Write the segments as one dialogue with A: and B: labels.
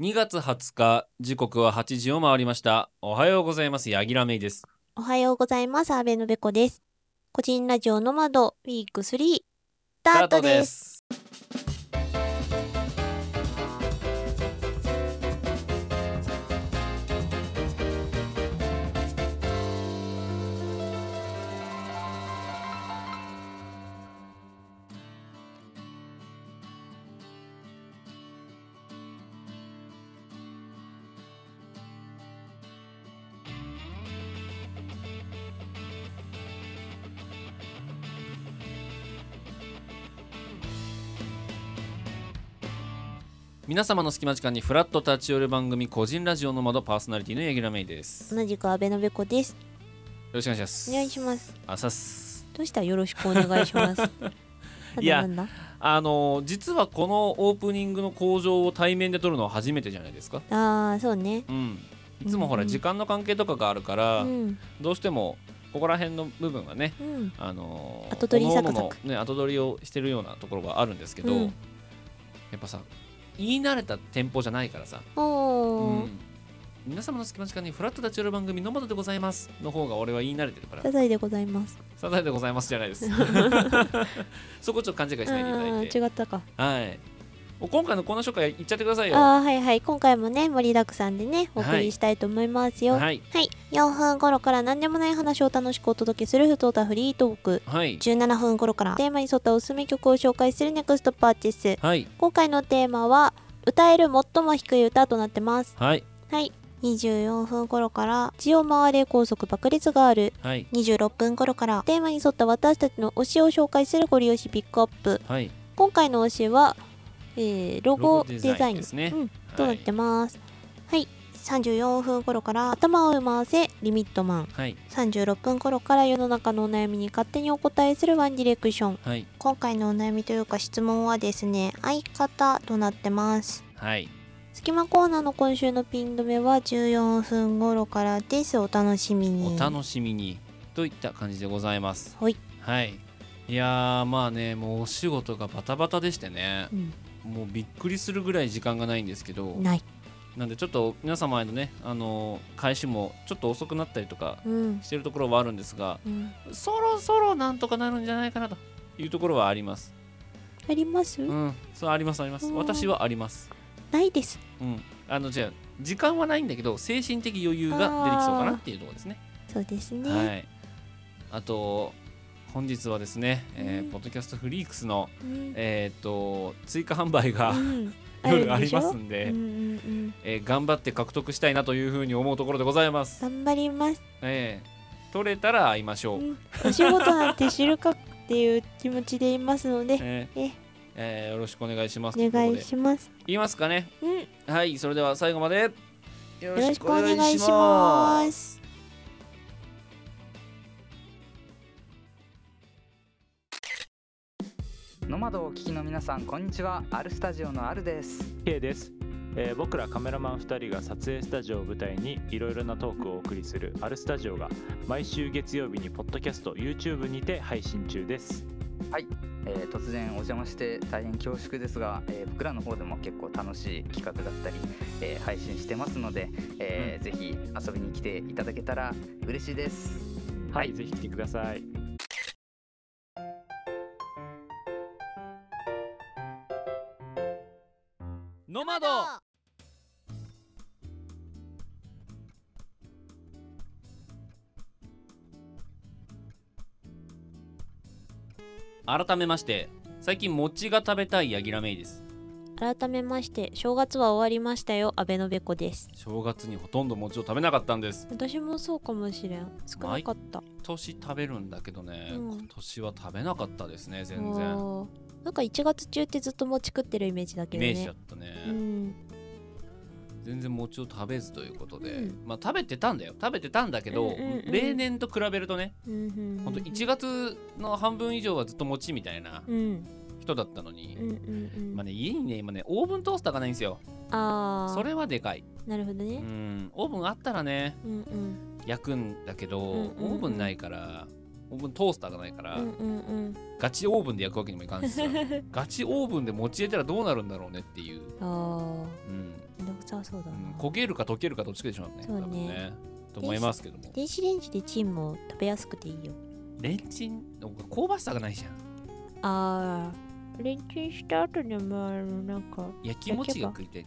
A: 2月20日時刻は8時を回りましたおはようございますヤギラメイです
B: おはようございます。阿部のべこです。個人ラジオの窓、ウィーク3、スタートです。
A: す皆様の隙間時間にフラット立ち寄る番組個人ラジオの窓パーソナリティのヤギラメイですよ
B: 同じく阿部のべこです。
A: ろしくお願いします
B: お願いします。
A: あさっす
B: どうしたらよろしくお願い します。
A: いや
B: なんだなんだ
A: あのー実はこのオープニングの工場を対面で撮るのは初めてじゃないですか
B: ああ、そうね。
A: うんいつもほら
B: うん
A: 時間の関係とかがあるか
B: う
A: ら、
B: ん。
A: どうしてもここら辺の部分はね
B: うん。
A: あの
B: 後取りサクサク
A: 各々のね、後取りをしてるようなところがあるんですけど、
B: うん
A: やっぱさ言い慣れた店舗じゃないからさ、
B: お
A: う
B: ー。
A: ん皆様の隙間時間にフラット立ち寄る番組「のもとでございます」の方が俺は言い慣れてるから
B: サザエでございます。
A: 「サザエでございます」じゃないです そこちょっと勘違いしないでいた
B: あ
A: だ
B: あ、
A: いて
B: 違ったか。
A: はいもう今回のこの紹介言っちゃってくださいよ
B: ああー、はいはい。今回もね、盛りだくさんでね、お送りしたいと思いますよ。はい。
A: はい
B: 4分頃から何でもない話を楽しくお届けするふとたフリートーク。
A: はい
B: 17分頃からテーマに沿ったおすすめ曲を紹介するネクストパーティス。
A: はい
B: 今回のテーマは歌える最も低い歌となってます
A: はい
B: はい24分頃から血を回れ高速爆裂がある
A: はい
B: 26分頃からテーマに沿った私たちの推しを紹介するご利用しピックアップ
A: はい
B: 今回の推しは、えーロ
A: ロゴ
B: ゴ
A: デ
B: デ
A: ザイン
B: ザイン
A: ですね
B: うん、と
A: は
B: ないってますはい、34分頃から頭を回せリミットマン
A: はい
B: 36分頃から世の中のお悩みに勝手にお答えするワンディレクション
A: はい
B: 今回のお悩みというか質問はですね相方となってます
A: はい
B: 隙間コーナーの今週のピン止めは14分頃からですお楽しみに
A: お楽しみにといった感じでございます
B: はい、
A: はい、いやーまあねもうお仕事がバタバタでしてね
B: うん
A: もうびっくりするぐらい時間がないんですけど
B: ない
A: なんでちょっと皆様へのねあのー開始もちょっと遅くなったりとか
B: うん、
A: してるところはあるんですが
B: うん、
A: そろそろなんとかなるんじゃないかなというところはあります
B: あります、
A: うんそうありますあります
B: うん
A: 私はあります
B: ないです
A: うんあのじゃあ時間はないんだけど精神的余裕が出てきそうかなっていうところですね
B: そうですね、
A: はい。あと本日はですね、えー
B: うん
A: ポッドキャストフリークスの
B: うん
A: えーっと追加販売が
B: うん
A: 夜あ
B: るで
A: り
B: しょ
A: ますんで、
B: うんうんうん、
A: えー頑張って獲得したいなというふうに思うところでございます。
B: 頑張ります、
A: えー取れたら会いましょ
B: う
A: う。
B: ん、お仕事なんて知るかっていう気持ちでいますので
A: えー
B: え
A: えーよろしくお願いします。
B: お願
A: とう
B: い
A: ことで
B: します
A: 言いますかね。
B: うんよ
A: はい、それでは最後までよ
B: ろしくお願いし
A: ま。
B: ますす
C: ノマドをお聞きの皆さんこんにちはアルスタジオのアルです
D: K です、えー僕らカメラマン2人が撮影スタジオを舞台にいろいろなトークをお送りする「アルスタジオ」が毎週月曜日にポッドキャスト YouTube にて配信中です
C: えー突然お邪魔して大変恐縮ですが、えー僕らの方でも結構楽しい企画だったり、えー配信してますので、えーぜひ遊びに来ていただけたら嬉しいです
D: はい、ぜひ来てください
A: ノマド。改めまして、最近餅が食べたいヤギラメイです。
B: 改めまして正月は終わりましたよ阿部のべこです
A: 正月にほとんど餅を食べなかったんです。
B: 私もそうかもしれん少なかった
A: 年食べるんだけどね、
B: うん
A: 今年は食べなかったですね全然
B: おーなんか1月中ってずっと餅食ってるイメージだ
A: イ
B: けど
A: メー
B: ね
A: ジだったね、
B: うん
A: 全然餅を食べずということで、
B: うん
A: まあ食べてたんだよ食べてたんだけど、
B: うんうんうん
A: 例年と比べるとね
B: うんうん
A: ほんと1月の半分以上はずっと餅みたいな
B: うん
A: 人だったのに、
B: うんうんうん
A: まあね家にね今ねオーブントースターがないんですよ
B: ああ
A: それはでかい
B: なるほど
A: う
B: ね
A: んオーブンあったらね
B: うんうん
A: 焼くんだけど、
B: うんうんうん
A: オーブンないからオーブントースターがないから、
B: うんうんうん
A: ガチオーブンで焼くわけにもい かんしさガチオーブンで餅入れたらどうなるんだろうねっていう
B: ああ
A: うん
B: めんどくくちゃそうだな、
A: うん焦げるか溶けるかどっちかでしょうね
B: そうね
A: 多分ねと思いますけども
B: 電子レンジでチンも食べやすくていいよ
A: レンチン香ばしさがないじゃん
B: ああレンチンした後でもあのなんか
A: 焼き餅が食いたい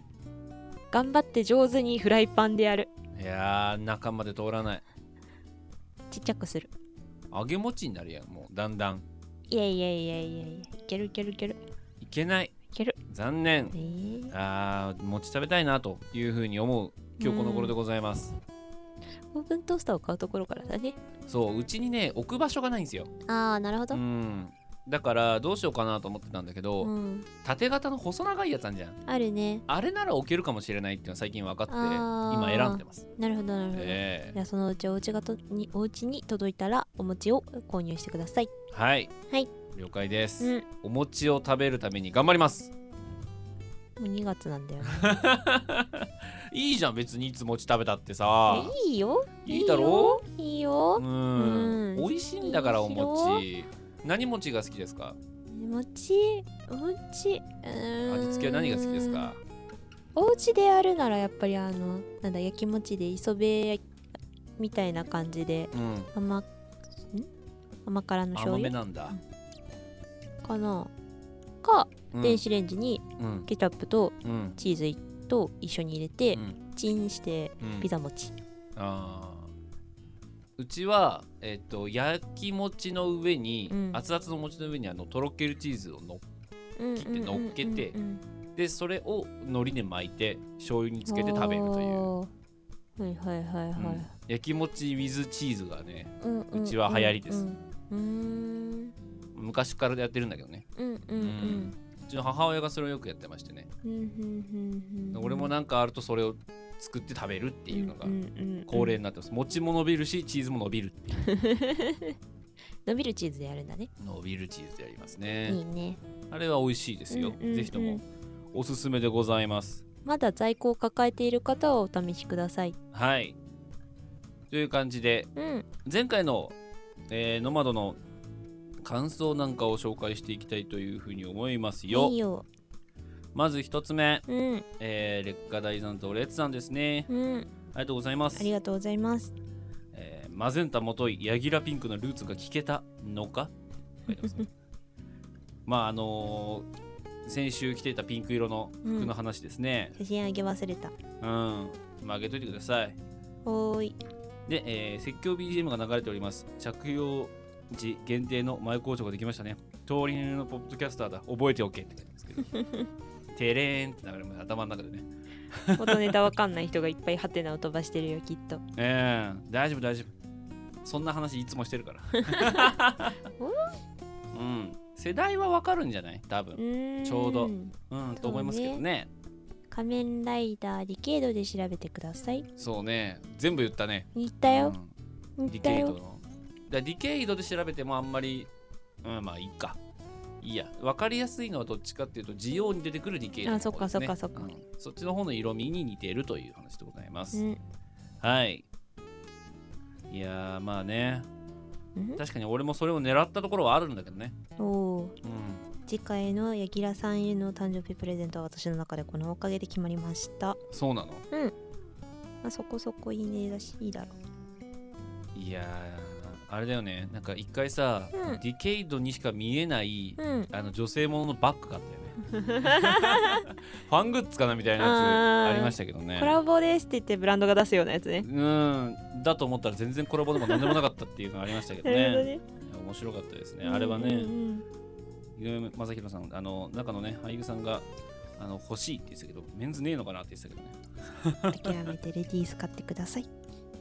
B: 頑張って上手にフライパンでやる
A: いやー中まで通らない
B: ちっちゃくする
A: 揚げ餅になるやんもうだんだん
B: いやいやいやいやいやいけるいけるいける
A: いけない
B: いける
A: 残念
B: えー、
A: あー餅食べたいなというふうに思う今日この頃でございます
B: オーブントースターを買うところからだね
A: そううちにね置く場所がないんですよ
B: ああなるほど
A: うんだからどうしようかなと思ってたんだけど、
B: うん
A: 縦型の細長いやつあんじゃん
B: あるね
A: あれなら置けるかもしれないっていうのは最近分かって
B: あー
A: 今選んでます
B: なるほどなるほど、
A: え
B: じゃあそのうちお家がとにお家に届いたらお餅を購入してください。
A: えはい、
B: はい
A: 了解です、
B: うん。
A: お餅を食べるために頑張ります
B: もう2月なんだよね。
A: いいじゃん別にいつ餅食べたってさ
B: いいよ。
A: いいだろ
B: う。いいよ
A: う。ん
B: うん
A: 美味しいんだからお
B: い
A: 餅何餅が好きですか
B: 餅餅。うーん
A: 味付けは何が好きですか。
B: お家でやるならやっぱりあのなんだ焼き餅で磯辺みたいな感じで
A: うん
B: 甘ん甘辛の醤
A: 甘めな
B: 油
A: んだ、
B: かなか、
A: うん、
B: 電子レンジに
A: うん
B: ケチャップと
A: うん
B: チーズと一緒に入れて、
A: うん
B: チンして
A: うん
B: ピザ餅。
A: あーうちは、えっと焼き餅の上に、
B: うん
A: 熱々の餅の上にあのとろけるチーズをの
B: 切
A: って乗っけてでそれを海苔で巻いて醤油につけて食べるという、
B: うはいはいはい
A: うん
B: はい、
A: 焼き餅 with チーズがね
B: うんうんうん
A: うちは流行りです
B: うん
A: 昔からやってるんだけどね
B: うんうんう
A: うんうちの母親がそれをよくやってましてね、
B: うんうんうん
A: 俺もなんかあるとそれを作って食べるっていうのが恒例
B: の
A: になってます、餅も伸びるしチーズも伸びるっていう
B: 伸びるチーズでやるんだね
A: 伸びるチーズでやりますね
B: いいね
A: あれは美味しいですよ、
B: うんうんうん
A: ぜひともおすすめでございます
B: まだ在庫を抱えている方はお試しください
A: はい。という感じで、
B: うん
A: 前回の、えーノマドの感想なんかを紹介していきたいというふうに思いますよ
B: いい。よ
A: まず一つ目、
B: うん
A: えー劣化大山とレッツさんですね。
B: うん
A: ありがとうございます
B: あ。りがとうございます
A: えーマゼンタもとい、ヤギラピンクのルーツが聞けたのか書いてますねまあ、あのー先週着ていたピンク色の服の話ですね。
B: 写真あげ忘れた
A: うん。まあ、あげといてください。
B: おーい
A: で、えー説教 BGM が流れております。着用時限定の前校長ができましたね。通りのポッドキャスターだ。覚えておけって書いてますけど。てれーんって流れます。頭の中でね。
B: 元ネタわかんない人がいっぱいハテナを飛ばしてるよきっと
A: えー、大丈夫、大丈夫。そんな話いつもしてるから。うん。世代はわかるんじゃない多分。ちょうどうん、と思いますけどね。
B: 仮面ライダーリケードで調べてください
A: そうね。全部言ったね。
B: 似たよ、
A: うん、
B: 似
A: ディ
B: た
A: ケイド
B: よ
A: の。だディケイドで調べてもあんまり、うん、まあいいか。いいや、分かりやすいのはどっちかっていうと、ジオに出てくるディケイドの
B: あそっ
A: 方です、
B: か
A: ね。
B: そっかそっか
A: うんそっちの方の色味に似ているという話でございま
B: う
A: す。
B: ん
A: はい。いやー、まあね。
B: うん
A: 確かに俺もそれを狙ったところはあるんだけどね。
B: おおー
A: うん。
B: 次回のヤギラさんへの誕生日プレゼントは私の中でこのおかげで決まりました
A: そうなの。
B: あそこそこいいねだしいいだろ
A: いやー、あれだよね。なんか一回さ、
B: うん
A: ディケイドにしか見えない、
B: ううん
A: あの女性もののバッグがあったよね。 ファングッズかなみたいなやつありましたけどね
B: コ。ラボですって言ってブランドが出すようなやつね
A: うん、だと思ったら全然コラボでも何でもなかったっていうのがありましたけど
B: なるほど
A: ね。
B: ね
A: 面白かったですね。あれはね、
B: うんうん
A: 井上正弘さん、あの中のね、俳優さんがあの欲しいって言ってたけど、メンズねえのかなって言ってたけどね。
B: うん諦めてレディース買ってくださ い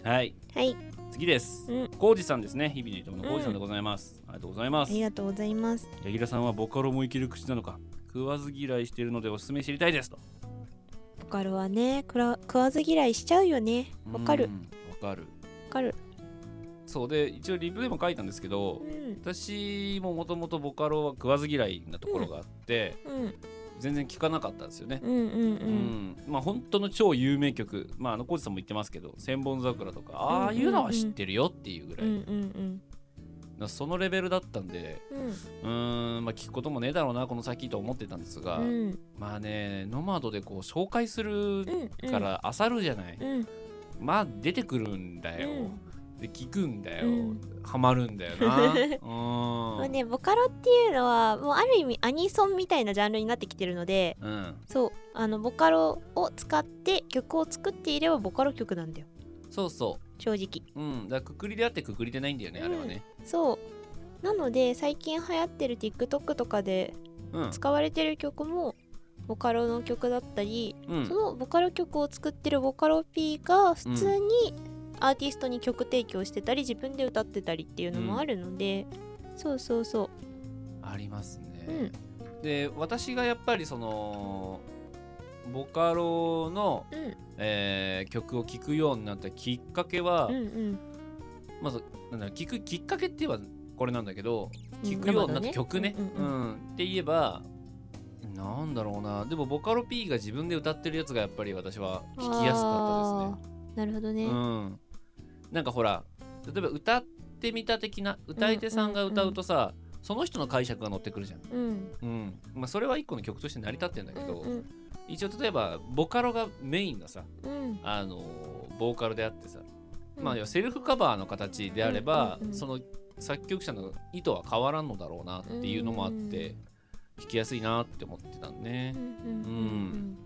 A: はい、
B: はい
A: 次です
B: うん。
A: コウジさんですね。日々のいとものコウジさんでございます。ありがとうございま
B: あ
A: す。
B: りがとうございます
A: 柳楽さんはボカロも生きる口なのか、食わず嫌いしているのでおすすめ知りたいですと。
B: ボカロはねくら食わず嫌いしちゃうよねわか
A: う
B: る
A: ん。わかる。
B: わかる
A: そうで、一応リプでも書いたんですけど
B: う、ん
A: 私ももともとボカロは食わず嫌いなところがあって、
B: うん
A: 全然聞かなかったんですよね。
B: うんう
A: う
B: んうん
A: んまあ本当の超有名曲、まあ、あの浩二さんも言ってますけど「千本桜」とかああいうのは知ってるよっていうぐ
B: う
A: ら
B: ん
A: い、
B: うんうん
A: なそのレベルだったんでうーんまあ聞くこともねえだろうなこの先と思ってたんですが、
B: うんうん
A: まあねノマドでこう紹介する
B: うんうん
A: から漁るじゃない、
B: うん
A: まあ出てくるんだよ、で聞くんだよ、
B: うん
A: ハマるんだよ なうーん
B: もうねボカロっていうのはもうある意味アニソンみたいなジャンルになってきてるので
A: うん
B: そうあのボカロを使って曲を作っていればボカロ曲なんだよ
A: そうそ
B: 正直
A: ううんだからくくりであってくくりでないんだよね、あれはね
B: そうなので最近流行ってる TikTok とかで
A: うん
B: 使われてる曲もボカロの曲だったり、
A: う
B: そ
A: ん
B: のボカロ曲を作ってるボカロ P が普通にアーティストに曲提供してたり自分で歌ってたりっていうのもあるので、そうそうそ
A: ありますね、で私がやっぱりそのボカロの、
B: う、うん、
A: えー曲を聴くようになったきっかけは、
B: うんうん
A: まずなんだろう聴くきっかけって言えばこれなんだけど
B: うん
A: 聴くようになった
B: 生のね
A: 曲ね,、う
B: う
A: んん
B: うんう
A: って言えばなんだろうなでもボカロ P が自分で歌ってるやつがやっぱり私は聴きやすかったで
B: なるほど
A: す
B: ね、
A: ね。うん、なんかほら例えば歌ってみた的な歌い手さんが歌うとさ、その人の解釈が乗ってくるじゃん。
B: うん
A: うんまあ、それは一個の曲として成り立ってんだけど、
B: うん
A: 一応例えばボカロがメインのさ、
B: うん
A: あのーボーカルであってさ、
B: うん
A: まあ要はセルフカバーの形であれば、
B: うんうんうん
A: その作曲者の意図は変わらんのだろうなっていうのもあって、弾きやすいなって思ってたんでね、
B: うんうんうんうん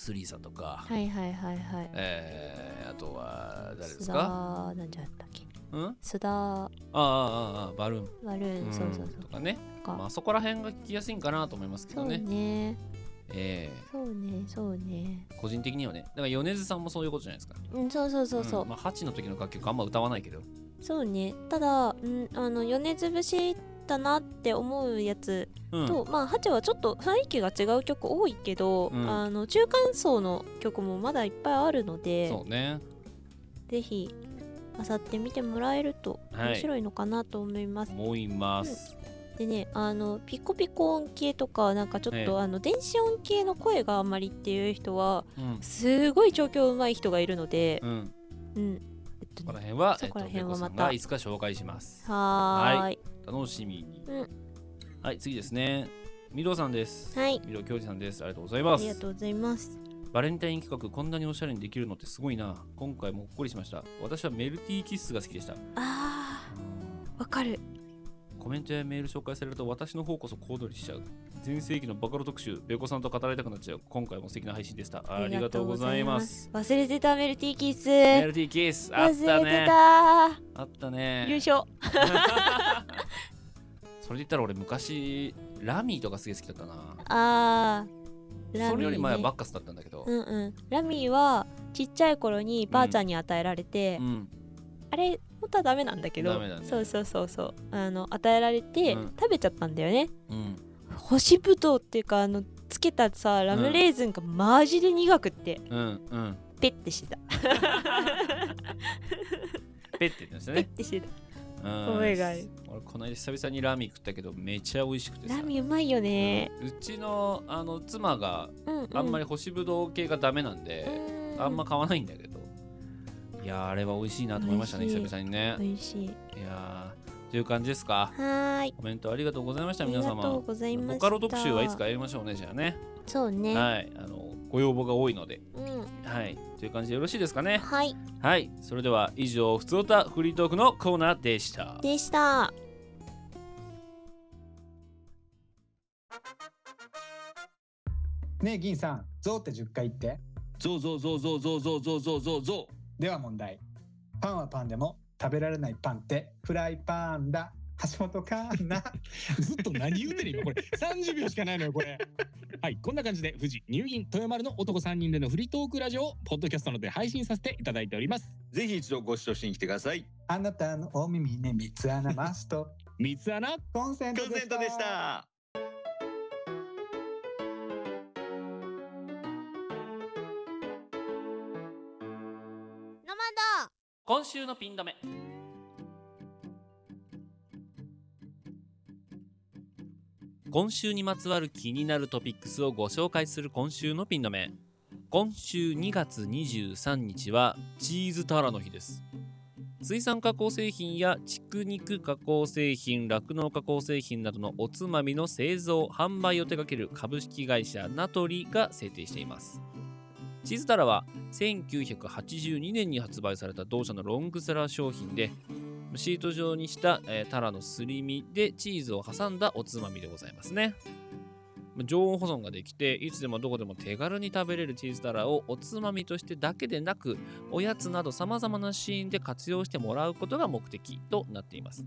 A: スリーさんとか、
B: はいはいはいはい
A: えーあとは誰です
B: 須
A: か、
B: 田なんじゃったっけ
A: うん、あ
B: 須田ワ
A: ああああバルーン、
B: ルーンそうそう
A: うん
B: そ
A: と
B: う
A: かね、
B: か
A: まあ、そこら辺が聞きやすいんかなと思いますけ
B: そ
A: ど
B: う
A: ね
B: ね
A: え
B: そうねそうね
A: ー個人的にはねだから米津さんもそういうことじゃないですか
B: うんそうそうそうそう、
A: んまあ、8の時の楽曲あんま歌わないけど
B: そうねただ、うん、あの米粒しだなって思うやつ
A: うん
B: と、まあハチはちょっと雰囲気が違う曲多いけど、
A: うん
B: あの中間層の曲もまだいっぱいあるので
A: そうね
B: ぜひあさって見てもらえると
A: はい
B: 面白いのかなと思います、
A: 思います、
B: でねあのピコピコ音系とかなんかちょっと、
A: ええ
B: あの電子音系の声があんまりっていう人は
A: うん
B: すごい調教うまい人がいるので、
A: うん、
B: うんえっと
A: そこら
B: ね、
A: 辺は、えっ、
B: そことら
A: ペ
B: 辺は
A: コさ
B: また
A: んがいつか紹介します。
B: はーい
A: 楽しみに。
B: うん
A: はい、次ですね。ミロさんです。
B: はい
A: ミロ教授さんです。ありがとうござい
B: あ
A: ま
B: りが
A: す。
B: とうございます
A: バレンタイン企画、こんなにおしゃれにできるのってすごいな。今回もほっこりしました。私はメルティーキッスが好きでした。
B: あーわかる
A: コメントやメール紹介されると私の方こそ小躍りしちゃう。全盛期のバカロ特集、ベコさんと語られたくなっちゃう。今回も素敵な配信でした。ありがとうございます。
B: 忘れてたメルティーキス
A: メルティーキッス、あっ
B: 忘
A: た
B: れて
A: ね。
B: た、
A: あったね。
B: 優勝
A: それで言ったら俺昔ラミーとかすげえ好きだったな、
B: あー
A: それより前は
B: ね
A: バッカスだったんだけど、
B: うんうんラミーはちっちゃい頃にばあちゃんに与えられて、
A: うん
B: あれ本当はダメなんだけど
A: ダメだね
B: そうそうそうそうあの与えられて、
A: うん
B: 食べちゃったんだよね
A: うん
B: 干しぶどうっていうかあのつけたさラムレーズンがマジで苦くって、
A: うんうん
B: ペッてしてた、
A: ペッて言ってました
B: ペッ
A: ね
B: てしてた
A: うん
B: 覚えがある
A: 俺この間久々にラミー食ったけどめちゃ美味しくてさ
B: ラミーうまいよね、
A: うちのあの妻が
B: うんうん、
A: あんまり干しぶどう系がダメなんで、あんま買わないんだけどいやーあれは美味しいなと思いましたね
B: 美
A: 久
B: 味しい
A: 々にね
B: 美味しい
A: いやーという感じですか
B: はーい
A: コメントありがとうございまし
B: あ
A: た
B: り
A: 皆
B: が
A: 様
B: とうございました
A: ボカロ特集はいつかやりましょうねじゃあね
B: そうね、
A: はい、あのご要望が多いので、
B: うん
A: はい、という感じでよろしいですかね。
B: はい
A: はい、それでは以上、ふつおたフリートークのコーナーでした。
B: でした
E: ねえ銀さん「ゾウ」って10回言って
F: ゾウゾウゾウゾウゾウゾウゾウゾウゾウゾ
E: では問題パンはパンでも食べられないパンってフライパンだ橋本環 奈
F: ウずっと何言うてる今これ30秒しかないのよこれはいこんな感じで富士入銀豊丸の男3人でのフリートークラジオをポッドキャストので配信させていただいております
G: ぜひ一度ご視聴しに来てください。
E: あなたのお耳に三つ穴マスト
F: 三つ穴
E: コンセン
G: コ
E: ト
G: ン
E: で
G: セン
E: し
G: ト
E: た
G: でした。
B: ノマド
A: 今週のピン止め。今週にまつわる気になるトピックスをご紹介する今週のピン止め。今週2月23日はチーズタラの日です。水産加工製品や畜肉加工製品、酪農加工製品などのおつまみの製造、販売を手掛ける株式会社ナトリが制定しています。チーズタラは1982年に発売された同社のロングセラー商品で、シート状にした、えータラのすり身でチーズを挟んだおつまみでございますね。常温保存ができて、いつでもどこでも手軽に食べれるチーズタラをおつまみとしてだけでなく、おやつなどさまざまなシーンで活用してもらうことが目的となっています。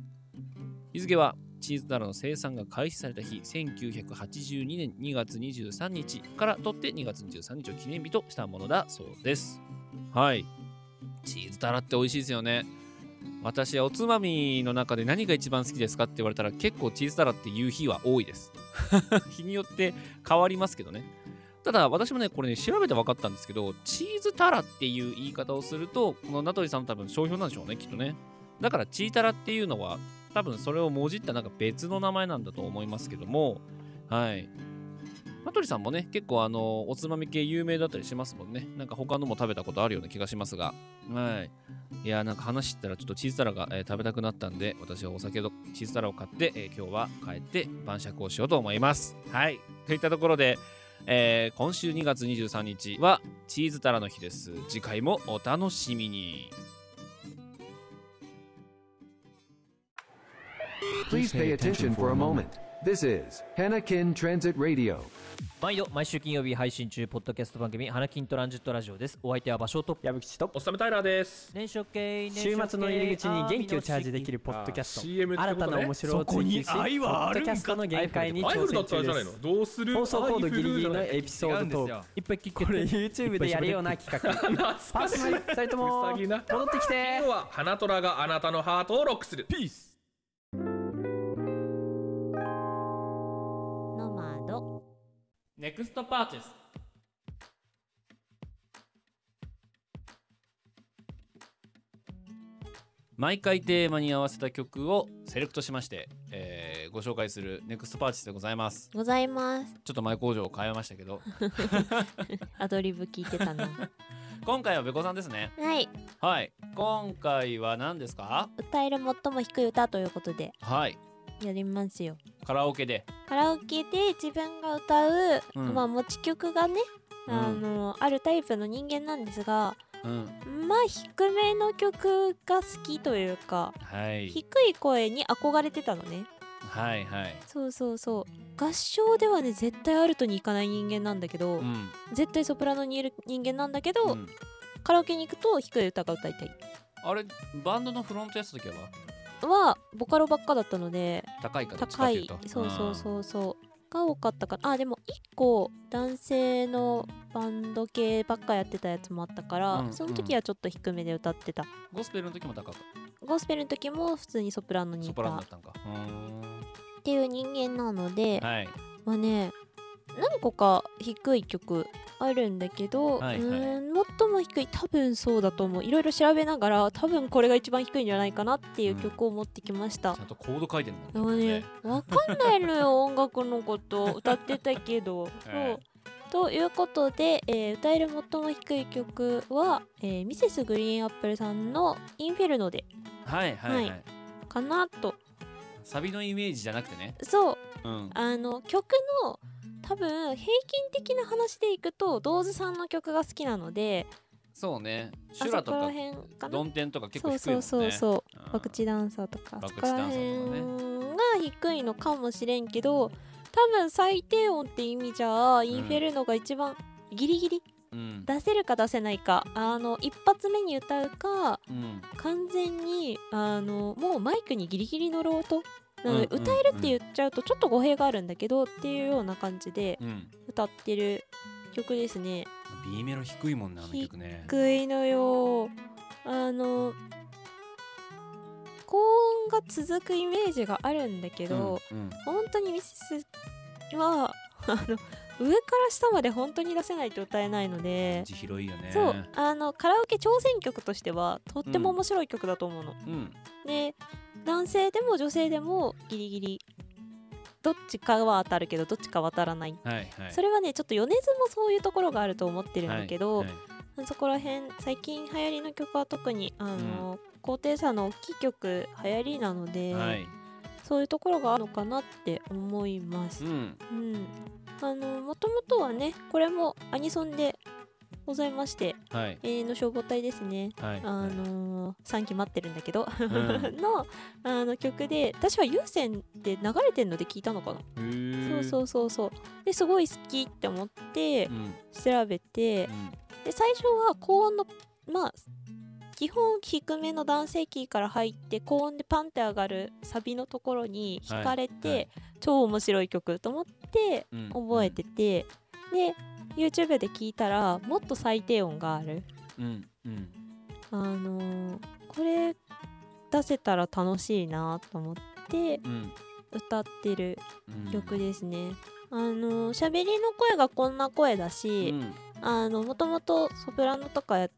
A: 日付はチーズタラの生産が開始された日、1982年2月23日からとって2月23日を記念日としたものだそうです。はい。チーズタラって美味しいですよね。私はおつまみの中で何が一番好きですかって言われたら結構チーズタラっていう日は多いです。 日によって変わりますけどね。ただ私もね、これね、調べて分かったんですけど、チーズタラっていう言い方をすると、この名取さんの多分商標なんでしょうね、きっとね。だから、チータラっていうのは、多分それをもじったなんか別の名前なんだと思いますけども、はい。名取さんもね、結構あの、おつまみ系有名だったりしますもんね。なんか他のも食べたことあるような気がしますが、はい。いやー、なんか話してたらちょっとチーズタラが、えー食べたくなったんで、私はお酒とチーズタラを買って、えー今日は帰って晩酌をしようと思います。はい。といったところで、えー今週2月23日はチーズタラの日です。次回もお楽しみに。
H: Please pay attention for a moment. This is Hanakin Transit Radio.
I: 毎度毎週金曜日配信中ポッドキャスト番組「花金トランジットラジオ」ですお相手は場所と
J: 矢吹と
K: おっさめタイラーです。
I: 年初系
J: 週末の入り口に元気をチャージできるポッドキャス
K: CM っ
J: ト
K: てこと
J: 新
K: ね
J: たな面白を
I: そこ
J: 追
I: に
J: 求しポ
I: 愛はあ
J: ッ
I: る
J: ド
I: んか
J: キャストの限界に
K: アイ
J: 挑
K: フルだ
J: 戦
K: った
J: 中
K: らじゃな
J: で
K: いの
J: す
K: どうする
J: 放送コードギリギリの
K: アイフル
J: エピソードトーク
I: いっぱい聞け
J: これ YouTube でやるような企画パーソナリティ2人とも
K: うさぎな
J: 戻ってきて
K: 今日は花虎があなたのハートをロックする。ピース
B: ノマド
A: ネクストパーチェス毎回テーマに合わせた曲をセレクトしまして、えーご紹介するネクストパーチェスでございます
B: ございます
A: ちょっと前工場を変えましたけ ど
B: アドリブ聞いてたな
A: 今回はべこさんですね
B: はい
A: はい今回は何ですか
B: 歌える最も低い歌ということで
A: はい
B: やりますよ
A: カラオケで
B: カラオケで自分が歌う、
A: うん
B: まあ持ち曲がね
A: うん
B: あの、あるタイプの人間なんですが
A: うん
B: まあ低めの曲が好きというか
A: はい
B: 低い声に憧れてたのね
A: はいはい
B: そうそうそう合唱ではね絶対アルトに行かない人間なんだけど、
A: うん
B: 絶対ソプラノにいる人間なんだけど、
A: うん
B: カラオケに行くと低い歌が歌いたい
A: あれバンドのフロントやってた時は
B: はボカロばっかだったので
A: 高いから
B: 高いそうそうそうそうが多かったからあでも1個男性のバンド系ばっかやってたやつもあったから、
A: うん
B: その時はちょっと低めで歌ってた、
A: うんゴスペルの時も高かった
B: ゴスペルの時も普通にソプラノに
A: ソ
B: い
A: プ
B: た
A: ラノだ
B: っ
A: ったんかうー
B: ていう人間なので、
A: んはい
B: まあね何個か低い曲あるんだけど、
A: はいはいう
B: ーん最も低い多分そうだと思ういろいろ調べながら多分これが一番低いんじゃないかなっていう曲を持ってきました
A: ちゃ、んとコード書いてる
B: で
A: の
B: もねわかんないの よ音楽のこと歌ってたけど、
A: ええ
B: そうということで、えー歌える最も低い曲は、えーミセスグリーンアップルさんの「インフェルノで
A: はいはいはい、
B: はいかなと
A: サビのイメージじゃなくてね
B: そう
A: うん
B: あの曲の多分平均的な話でいくと道津さんの曲が好きなので
A: そうねシ
B: あ
A: ュラ
B: そ
A: と
B: こら
A: か
B: 辺かな
A: ドンテンとか結構
B: そう
A: 低いもん
B: そう
A: ね
B: そうそううん博打ダンサーとかあ
A: 博打
B: そこら
A: ダンサ
B: 辺
A: ーとかね
B: が低いのかもしれんけど多分最低音って意味じゃあインフェルノが一番ギリギリ
A: うん
B: 出せるか出せないかあの一発目に歌うか
A: うん
B: 完全にあのもうマイクにギリギリ乗る音なので、
A: うんうん
B: 歌えるって言っちゃうとちょっと語弊があるんだけどっていうような感じで
A: うん
B: 歌ってる曲ですね。
A: B メロ低いもんなあの曲ね
B: 低いのよあの高音が続くイメージがあるんだけど、
A: うんうん
B: 本当にミセスは あの上から下まで本当に出せないと歌えないので、
A: 字広いよね
B: そうあのカラオケ挑戦曲としてはとっても面白い曲だと思うの。
A: うん
B: で男性でも女性でもギリギリどっちかは当たるけどどっちかは当たらない
A: はいはい
B: それはねちょっと米津もそういうところがあると思ってるんだけど、
A: はいはい
B: そこら辺最近流行りの曲は特にあの、高低差の大きい曲流行りなので、
A: はい
B: そういうところがあるのかなって思います。
A: うん
B: うんあのもともとはねこれもアニソンでございまして「
A: はい
B: 永遠の消防隊」ですね、
A: はい
B: あの3期待ってるんだけど、
A: ん
B: のあの曲で確か有線で流れてるので聞いたのかなそうそううそうそうですごい好きって思って
A: ん
B: 調べて、で最初は高音のまあ基本低めの男性キーから入って高音でパンって上がるサビのところに惹かれて、
L: はいはい
B: 超面白い曲と思って
L: うん
B: 覚えてて、で YouTube で聞いたらもっと最低音がある
A: うんうん
B: あのーこれ出せたら楽しいなと思って
A: うん
B: 歌ってる曲ですね。あのー喋りの声がこんな声だし、あのもともとソプラノとかや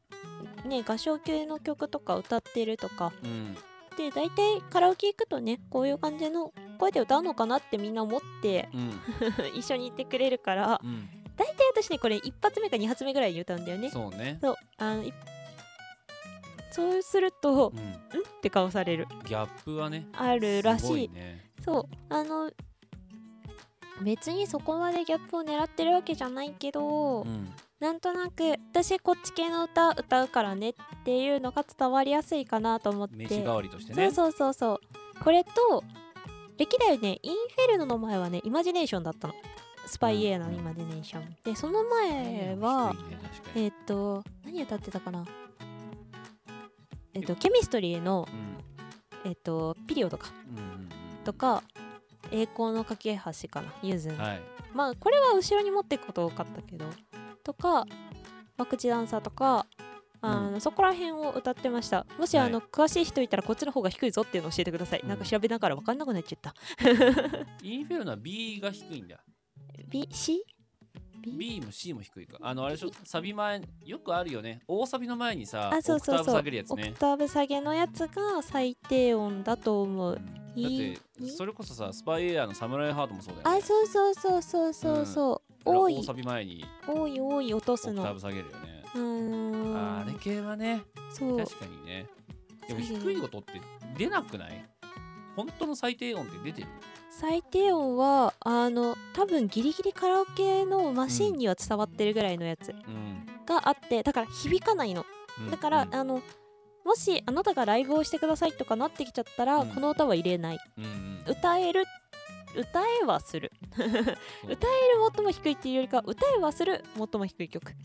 B: ね合唱系の曲とか歌ってるとか
A: うん
B: で大体カラオケ行くとねこういう感じの声で歌うのかなってみんな思って、
A: うん
B: 一緒に行ってくれるから、
A: うん
B: 大体私ねこれ一発目か二発目ぐらいに歌うんだよね。
A: そうね
B: そうあのいそうすると、
A: うん、
B: って顔される。
A: ギャップはね
B: あるらしい
A: すごね
B: そうあの別にそこまでギャップを狙ってるわけじゃないけど、
A: うん
B: なんとなく私こっち系の歌歌うからねっていうのが伝わりやすいかなと思って
A: 名刺代わりとしてね
B: そうそうそうそうこれと歴代ねインフェルノの前はねイマジネーションだったのスパイエーナのイマジネーション、でその前は、えっと何歌ってたかなえっとケミストリーの、えっとピリオとか、とか栄光の架け橋かなゆずの、
A: はい
B: まあこれは後ろに持っていくこと多かったけどとか博打ダンサーとかあの、そこら辺を歌ってましたもし、
L: はい
B: あの詳しい人いたらこっちの方が低いぞっていうのを教えてください、なんか調べながら分かんなくなっちゃった
A: インフェルノは B が低いんだ
B: B C?
A: B も C も低いかあのあれでしょサビ前よくあるよね大サビの前にさ
B: あそうそう
A: オクタ
B: そ
A: ーブ下
B: う
A: げるやつ
B: オク
A: ね
B: ターブ下げのやつが最低音だと思う、
A: だっ
B: いい
A: てそれこそさスパイエアーのサムライハートもそうだよ
B: あそうそうそうそうそうそう、多
A: 大
B: い
A: サビ前に
B: 多い多い落と
A: オ
B: す
A: クター
B: の
A: ブ下げるよね
B: うーん
A: あれ系はね
B: そう
A: 確かにねでも低い音って出なくない本当の最低音って出てる
B: 最低音はあの多分ギリギリカラオケのマシンには伝わってるぐらいのやつ
A: うん
B: があってだから響かないの、
A: うん
B: だから、あのもしあなたがライブをしてくださいとかなってきちゃったら、
L: うん
B: この歌は入れない、
A: うん
B: 歌える歌えはする歌える最も低いっていうよりか歌えはする最も低い曲っ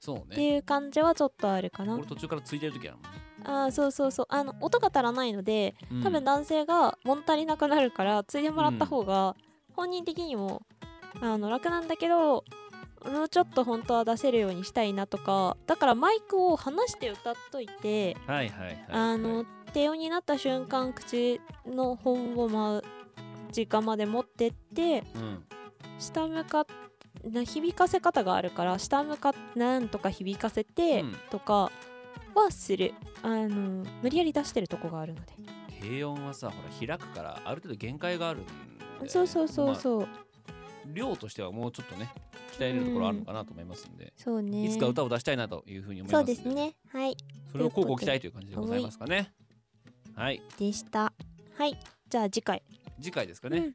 A: そう
B: て
A: ね
B: いう感じはちょっとあるかな
A: 俺途中からついてる時あるもん
B: あーそうそうそうあの音が足らないので、
A: うん
B: 多分男性が物足りなくなるからついでもらった方が本人的にも、あの楽なんだけどもうちょっと本当は出せるようにしたいなとかだからマイクを離して歌っといて、
A: はいはいはい
B: あの低音になった瞬間口の本をま直まで持ってって
A: うん
B: 下向かっな響かせ方があるから下向かっなんとか響かせて
A: うん
B: とかはする、あの無理やり出してるとこがあるので
A: 低音はさほら開くからある程度限界があるんだよね
B: そうそうそうそう、
A: まあ量としてはもうちょっとね鍛えれるところあるのかなと思いますんで、
B: そうね
A: いつか歌を出したいなというふうに思い
B: そ
A: ま
B: う
A: すん
B: ですねはい
A: それを交互期待という感じでございますか
B: ね
A: ねはい
B: でしたはいじゃあ次回
A: 次回ですかね、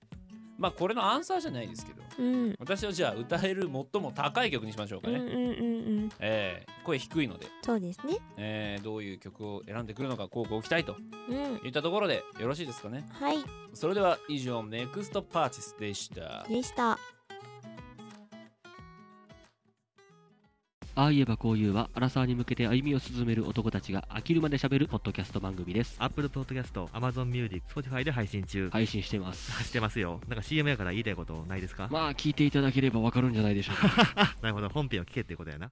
A: まあこれのアンサーじゃないですけど
B: うん
A: 私はじゃあ歌える最も高い曲にしましょうか
B: うん
A: ね、
B: うんうんうん
A: えー声低いので、
B: そうですね
A: えーどういう曲を選んでくるのか交互期待と
B: うん
A: いったところでよろしいですかね
B: はい
A: それでは以上ネクストパーティスでした
B: でした
M: ああ言えばこう言うは、アラサーに向けて歩みを進める男たちが飽きるまで喋るポッドキャスト番組です。
N: Apple Podcast、Amazon Music、Spotify で配信中。
M: 配信してます。
N: してますよ。なんか CM やから言いたいことないですか
M: まあ、聞いていただければわかるんじゃないでしょうか。
N: なるほど、本編を聞けってことやな。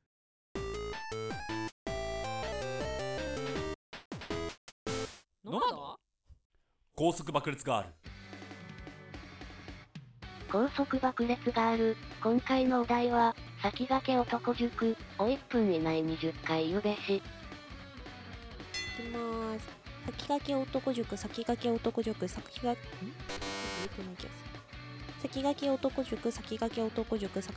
O: なんだ高速爆裂ガール
P: 高速爆裂ガール、今回のお題は、先駆け男塾、を1分以内に10回言うべし。
B: いきます先駆け男塾先駆け男塾先駆けん出てない気がする先駆け男塾先駆け男塾先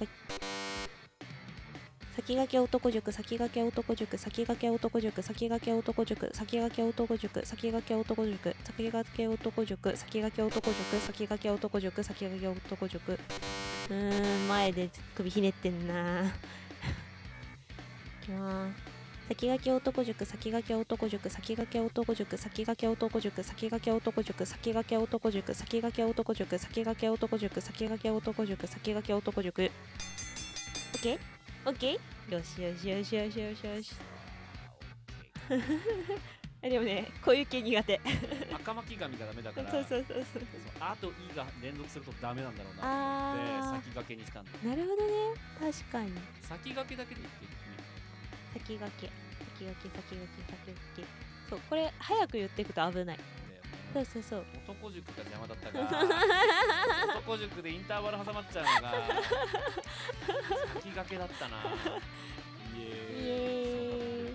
B: 先駆け男塾先駆け男塾先駆け男塾先駆け男塾先駆け男塾先駆け男塾先駆け男塾先駆け男塾先駆け男塾先駆け男塾うーん前で首ひねってんな いきまーす先駆け男塾先駆け男塾先駆け男塾先駆け男塾先駆け男塾先駆け男塾先駆け男塾先駆け男塾先駆け男塾先駆け男塾 OK? OK? よしよしよしよしよしよしでもねこういう系苦手
A: 赤巻紙がダメだから
B: そうそうそうそう
A: そのあと「い」が連続するとダメなんだろう
B: あ
A: なと
B: ー
A: 思って先駆けにしたんだ
B: なるほどね確かに
A: 先駆けだけで言ってみる
B: 先駆け先駆け先駆け先駆けそうこれ早く言っていくと危ないそうそうそう
A: 男塾が邪魔だった が男塾でインターバル挟まっちゃうのが先駆けだったなイエ
B: イエ
A: ーイ
B: ーイ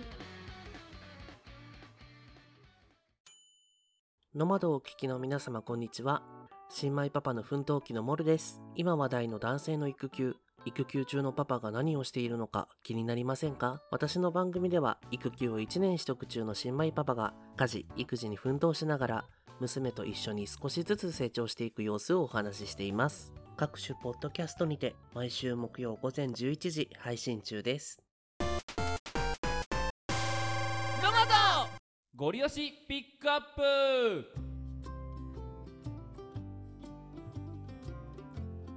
L: ノマドをお聞きの皆様こんにちは。新米パパの奮闘記のモルです。今話題の男性の育休。育休中のパパが何をしているのか気になりませんか私の番組では育休を1年取得中の新米パパが家事、育児に奮闘しながら娘と一緒に少しずつ成長していく様子をお話ししています。各種ポッドキャストにて毎週木曜午前11時配信中です。
A: ゴリ押しピックアップ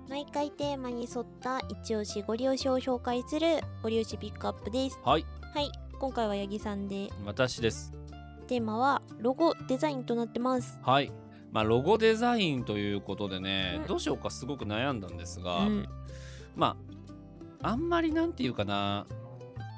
B: 毎回テーマに沿った一押しご利用しを紹介するご利用しピックアップです
A: はい
B: はい今回は八木さんで
A: 私です
B: テーマはロゴデザインとなってます
A: はいまあロゴデザインということでね、
B: うん
A: どうしようかすごく悩んだんですが、
B: うん
A: まああんまりなんていうかな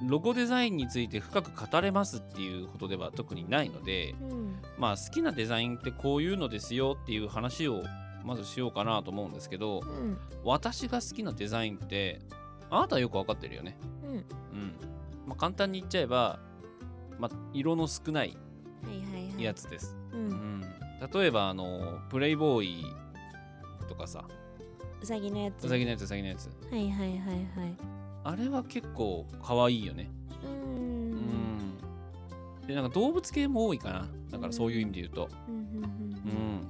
A: ロゴデザインについて深く語れますっていうことでは特にないので、
B: うん
A: まあ好きなデザインってこういうのですよっていう話をまずしようかなと思うんですけど、
B: うん
A: 私が好きなデザインってあなたはよくわかってるよね。
B: うん
A: うんまあ、簡単に言っちゃえば、まあ、色の少ない
B: はいはいはい
A: やつです。
B: う
A: う
B: ん
A: ん例えばあのプレイボーイとかさ
B: うさぎのやつ
A: うさぎのやつうさぎのやつ
B: はいはいはいはい
A: あれは結構かわいいよね。
B: うーん
A: うんでなんか動物系も多いかなだからそういう意味で言うと。
B: うんうんうん
A: うん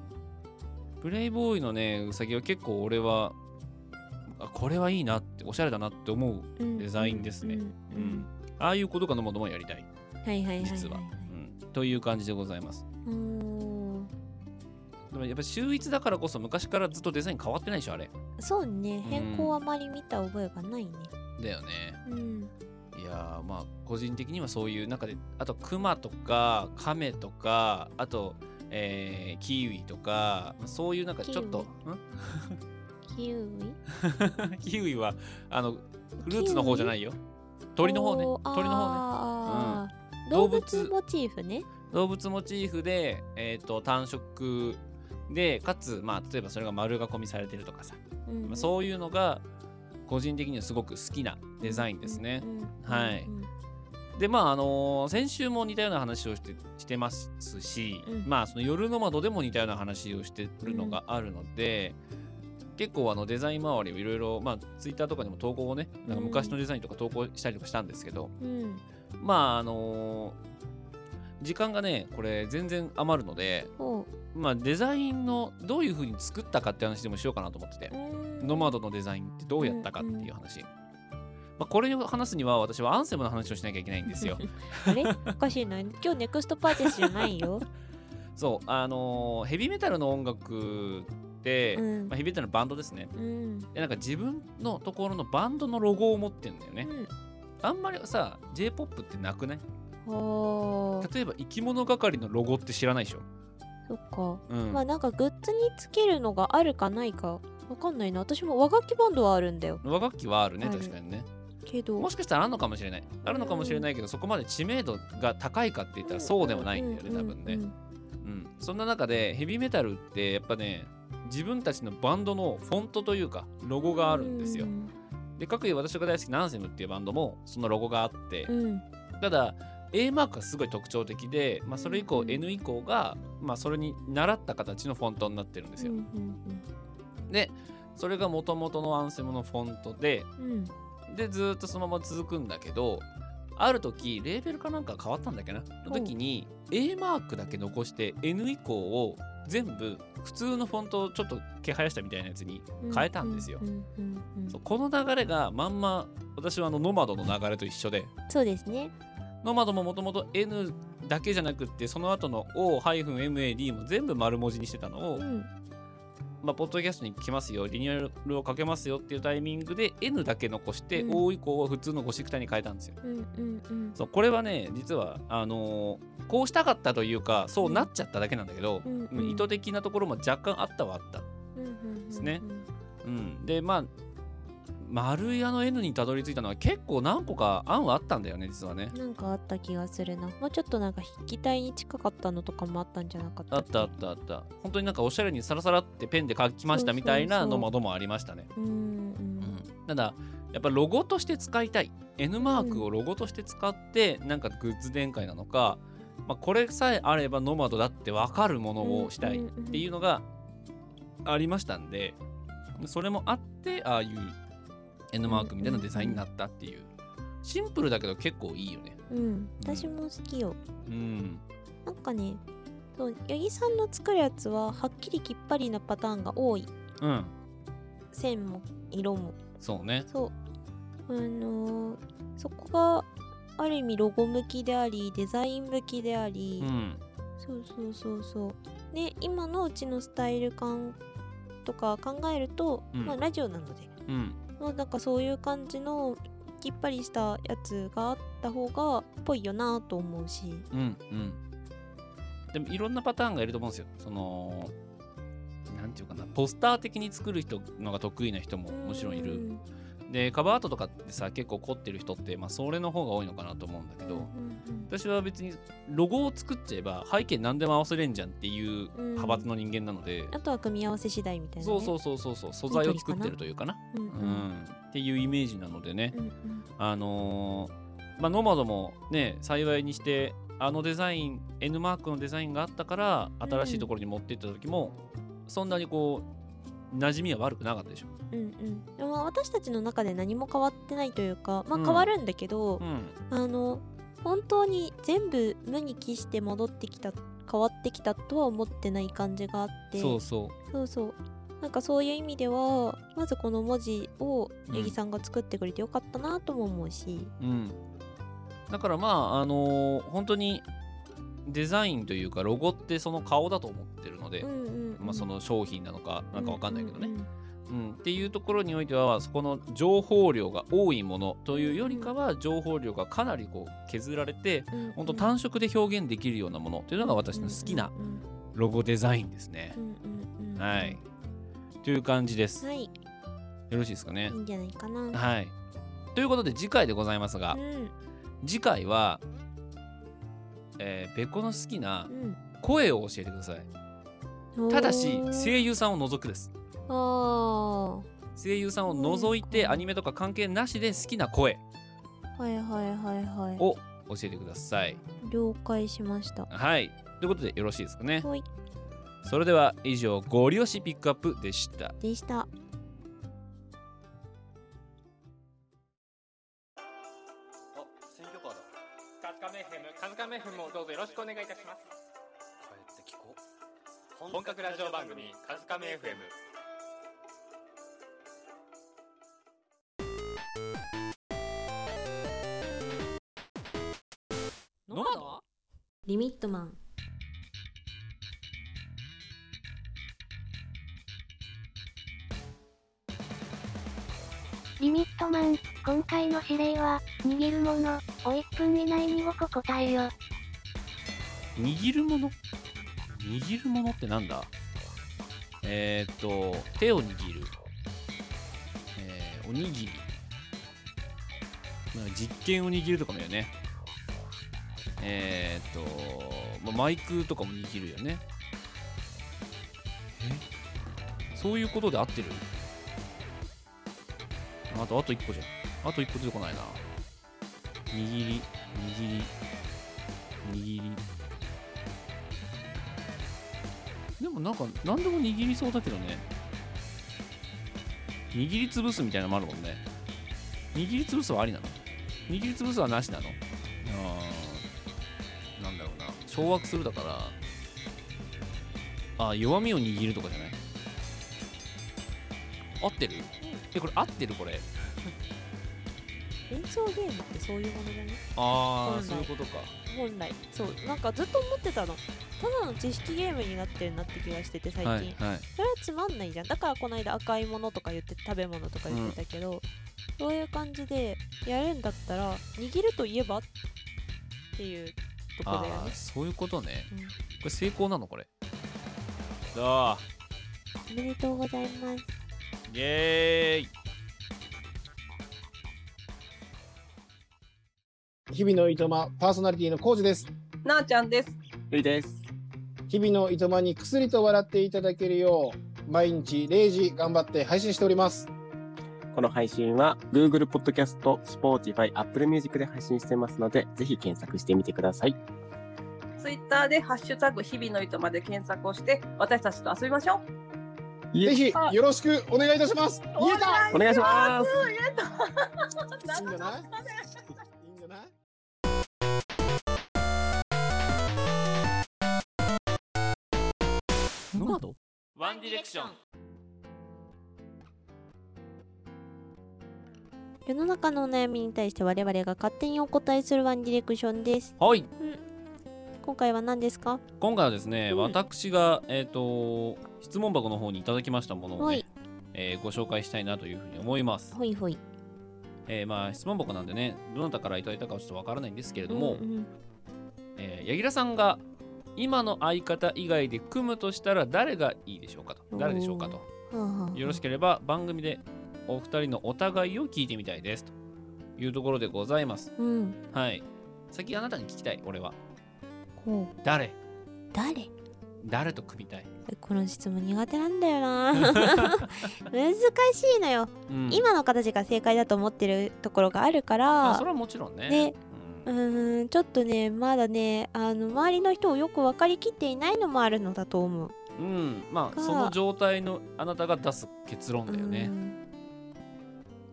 A: プレイボーイのねうさぎは結構俺はあこれはいいなっておしゃれだなって思うデザインですね。うんああいうことかのものもやりたい
B: はいはいはいはい
A: 実は、うんという感じでございます。
B: うーん
A: でもやっぱ秀逸だからこそ昔からずっとデザイン変わってないでしょあれ。
B: そうね
A: うん
B: 変更あまり見た覚えがないね
A: だよね。
B: うん
A: いやーまあ個人的にはそういう中であとクマとかカメとかあと、えーキウイとかそういうなんかちょっとん
B: キウ イ
A: キウイはあのフルーツの方じゃないよ鳥の方ね
B: おー
A: 鳥の方
B: あ
A: ね、
B: ー
A: うん
B: 動物モチーフね
A: 動物モチーフで、えー、と単色でかつ、まあ、例えばそれが丸囲みされてるとかさ、
B: うん
A: まあ、そういうのが個人的にはすごく好きなデザインですね、はい、でまああのー先週も似たような話をしてしてますし、
B: うん
A: まあその夜の窓でも似たような話をしてるのがあるので、結構あのデザイン周りをいろいろまあツイッターとかにも投稿をねなんか昔のデザインとか投稿したりとかしたんですけど、
B: うん
A: まああのー時間がねこれ全然余るので、
B: ほ
A: まあ、デザインのどういう風に作ったかって話でもしようかなと思ってて、ノマドのデザインってどうやったかっていう話、まあ、これを話すには私はアンセムの話をしなきゃいけないんですよ
B: あれおかしいな今日ネクストパーティスじゃな いよ
A: そうあのーヘビーメタルの音楽って、
B: うん
A: まあ、ヘビーメタルのバンドですね、
B: うん
A: でなんか自分のところのバンドのロゴを持ってんだよね、
B: うん
A: あんまりさ J-POP ってなくない
B: ほー
A: 例えば生き物係のロゴって知らないでしょ
B: そっか、
A: うん
B: まあなんかグッズにつけるのがあるかないかわかんないな私も和楽器バンドはあるんだよ
A: 和楽器はあるね
B: ある
A: 確かにね
B: けど
A: もしかしたらあるのかもしれないあるのかもしれないけど、そこまで知名度が高いかって言ったらそうでもないんだよね、
B: うんうん
A: 多分ね、うん、そんな中でヘビーメタルってやっぱね自分たちのバンドのフォントというかロゴがあるんですよ。で各位私が大好きなアンセムっていうバンドもそのロゴがあって、
B: うん
A: ただ A マークがすごい特徴的で、まあ、それ以降 N 以降が、まあ、それに習った形のフォントになってるんですよ。
B: うん
A: でそれが元々のアンセムのフォントで、
B: うんうん
A: でずーっとそのまま続くんだけどある時レーベルかなんか変わったんだっけなの時に A マークだけ残して N 以降を全部普通のフォントをちょっと毛生やしたみたいなやつに変えたんですよ。
B: ううんうん
A: そうこの流れがまんま私はあのノマドの流れと一緒で
B: そうですね。
A: ノマドももともと N だけじゃなくってその後の O-MAD も全部丸文字にしてたのを、まあ、ポッドキャストに来ますよリニューアルをかけますよっていうタイミングで N だけ残して、
B: うん
A: O 以降は普通のゴシクタに変えたんですよ。
B: うんうんうん。
A: そうこれはね実はあのーこうしたかったというかそうなっちゃっただけなんだけど、
B: うんうん
A: 意図的なところも若干あったはあった。
B: うんうん
A: ですね。うん、でまあ丸屋の N にたどり着いたのは結構何個か案はあったんだよね実はね。
B: なんかあった気がするな。もうちょっとなんか筆記体に近かったのとかもあったんじゃなかった
A: あったあったあった本当になんかおしゃれにサラサラってペンで書きましたみたい
B: そう
A: な
B: そうそ
A: の
B: う
A: もどもありましたね
B: うんうん
A: ただやっぱロゴとして使いたい N マークをロゴとして使ってなんかグッズ展開なのか、まあ、これさえあればノマドだって分かるものをしたいっていうのがありましたんでそれもあってああいう N マークみたいなデザインになったっていうシンプルだけど結構いいよね
B: うん。私も好きよ。
A: うん
B: なんかね、そう八木さんの作るやつははっきりきっぱりなパターンが多い。
A: うん
B: 線も色も。
A: そうね
B: そう。あのーそこがある意味ロゴ向きでありデザイン向きであり、
A: うん
B: そうそうそうそうで今のうちのスタイル感とか考えると、
Q: うん
B: まあラジオなので
A: うん
B: もうなんかそういう感じのきっぱりしたやつがあった方がっぽいよなと思うし
A: うんうん。でもいろんなパターンがいると思うんですよ。その、なんていうかな、ポスター的に作る人のが得意な人ももちろんいる。で、カバーアートとかってさ、結構凝ってる人って、まあ、それの方が多いのかなと思うんだけど、私は別にロゴを作っちゃえば背景何でも合わせれんじゃんっていう派閥の人間なので、
B: あとは組み合わせ次第みたいな、
A: そ
B: ね、
A: うそうそうそうそう素材を作ってるというかな
B: うんうん
A: うんっていうイメージなのでね、
B: うんうん
A: あのーまあノマドもね幸いにしてあのデザイン N マークのデザインがあったから新しいところに持っていった時も、そんなにこう馴染みは悪くなかったでしょ、
B: うんうんでも私たちの中で何も変わってないというかまあ
A: うん
B: 変わるんだけど、
A: うん、
B: あの本当に全部無に帰して戻ってきた変わってきたとは思ってない感じがあって
A: そうそう
B: そうそうなんかそういう意味ではまずこの文字を
A: うん
B: 八木さんが作ってくれてよかったなとも思うし、
A: うん、だからまああのー本当にデザインというかロゴってその顔だと思ってるので、
B: うんうんうん
A: まあ、その商品なのかなんかわかんないけどね、
B: うん
A: うんっていうところにおいてはそこの情報量が多いものというよりかは情報量がかなりこう削られて、
B: うんうん
A: 本当単色で表現できるようなものというのが私の好きなロゴデザインですね。はいという感じです。
B: はいい
A: よろしいですかね
B: い。んじゃないかな
A: はい、ということで次回でございますが、
B: うん
A: 次回は、えー、べこの好きな
B: うん
A: 声を教えてください。
B: おー
A: ただし声優さんを除くです。
B: あ
A: 声優さんを除いてアニメとか関係なしで好きな声
B: ーはいはいはいはい
A: を教えてください。
B: 了解しました
A: はい。ということでよろしいですかね。
B: はい
A: それでは以上、ゴリ押しピックアップでした。
B: でした
R: 選挙カーだカズカメイヘムカズカメイヘムをどうぞよろしくお願いいたします帰って聞こう本格ラジオ番組カズカメ FM
Q: ノマド
B: リミットマン
P: リミットマン、今回の指令は、握るもの、を1分以内に5個答えよ。
A: 握るもの握るものってなんだえー、っと、手を握る。えー、おにぎり。なんか実験を握るとかもよね。えー、っと、まあ、マイクとかも握るよね。えそういうことで合ってるあと、あと1個じゃん。あと1個出てこないな。握り、握り、握り。でもなんか、何でも握りそうだけどね。握りつぶすみたいなのもあるもんね。握りつぶすはありなの握りつぶすはなしなのあーなんだろうな掌握するだからあー弱みを握るとかじゃない合ってるえこれ合ってるこれ
B: 演奏ゲームってそういうものじゃな
A: あ
B: い本
A: あ
B: 来
A: そういうことか
B: 本来そうなんかずっと思ってたのただの知識ゲームになってるなって気がしてて最近、
A: はいはい
B: それはつまんないじゃんだからこの間赤いものとか言って食べ物とか言ってたけど、そういう感じでやるんだったら握るといえばっていうとこだよ
A: ああ
B: ね
A: ーそういうことね、
B: うん
A: これ成功なのこれああ
B: おめでとうございます
A: イエーイ
Q: 日々のいとまパーソナリティのコウジです
S: なあちゃんです。
Q: ゆいです日々のいとまにくすりと笑っていただけるよう毎日0時頑張って配信しております
T: この配信は Google Podcast、Spotify、Apple Music で配信してますので、ぜひ検索してみてください。
S: ツイッターでハッシュタグ日々の糸まで検索をして、私たちと遊びましょ
Q: ぜひよろしくお願いいたします
S: う。
Q: 言えた
S: お願いします。
Q: いいんじゃない
I: ノマド
A: ワンディレクション
B: 世の中のお悩みに対して我々が勝手にお答えするワンディレクションです
A: はい
B: 今回は何ですか
A: 今回はですね、私が、えー、と質問箱の方にいただきましたものを
B: は
A: ね、
B: い
A: えーご紹介したいなというふうに思います、
B: ほいほい
A: えーまあ質問箱なんでねどなたからいただいたかはちょっとわからないんですけれども、
B: うんうん
A: えー、柳楽さんが今の相方以外で組むとしたら誰がいいでしょうかと誰でしょうかと
B: はあ
A: よろしければ番組でお二人のお互いを聞いてみたいですというところでございます、
B: うん
A: はい先あなたに聞きたい俺は
B: こ
A: 誰
B: う誰
A: 誰と組みたい
B: この質問苦手なんだよ な難しいのよ、
A: うん
B: 今の形が正解だと思ってるところがあるから
A: あそれはもちろんね
B: ねうーんちょっとねまだねあの周りの人をよく分かりきっていないのもあるのだと思う
A: うんまあ
B: が
A: その状態のあなたが出す結論だよね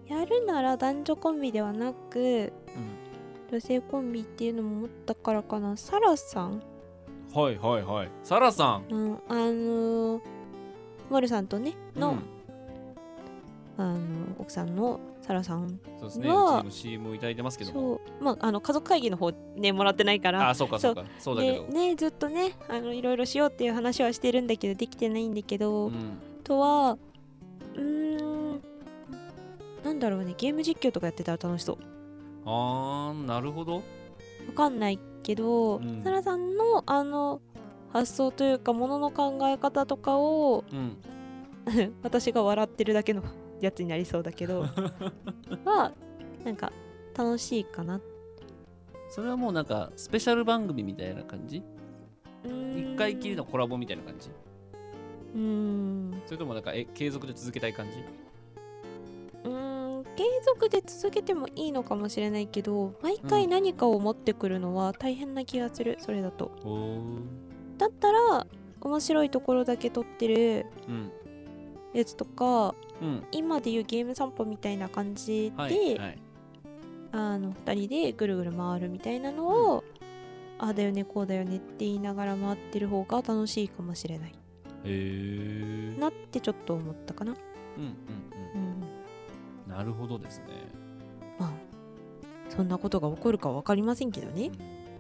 B: やるなら男女コンビではなく、女性コンビっていうのも思ったからかなサラさん、
A: はいはいはいサラさん
B: うん、あのー、マルさんとねの、あの奥さんのサラさん
A: そうですねうち
B: は
A: にも CM をいただいてますけども
B: そうまああの家族会議の方ねもらってないから
A: あそうかそうかそうだけど
B: でねずっとねあのいろいろしようっていう話はしてるんだけどできてないんだけど、
A: ん
B: あとはうーんなんだろうねゲーム実況とかやってたら楽しそう
A: あーなるほど
B: わかんないけど、
A: ん
B: サラさんのあの発想というかものの考え方とかを
A: うん
B: 私が笑ってるだけのやつになりそうだけ どはなんか楽しいかな
A: それはもうなんかスペシャル番組みたいな感じ
B: 一
A: 回きりのコラボみたいな感じ
B: うーん
A: それともなんかえ継続で続けたい感じ
B: うーん継続で続けてもいいのかもしれないけど毎回何かを持ってくるのは大変な気がする、それだと
A: おお
B: だったら面白いところだけ撮ってる
A: うん
B: やつとか、
A: うん
B: 今でいうゲーム散歩みたいな感じで、
A: はいはい
B: あの2人でぐるぐる回るみたいなのを、ああだよねこうだよねって言いながら回ってる方が楽しいかもしれない
A: へえ
B: なってちょっと思ったかな
A: うんうんうんなるほどですね
B: そんなことが起こるか分かりませんけどね、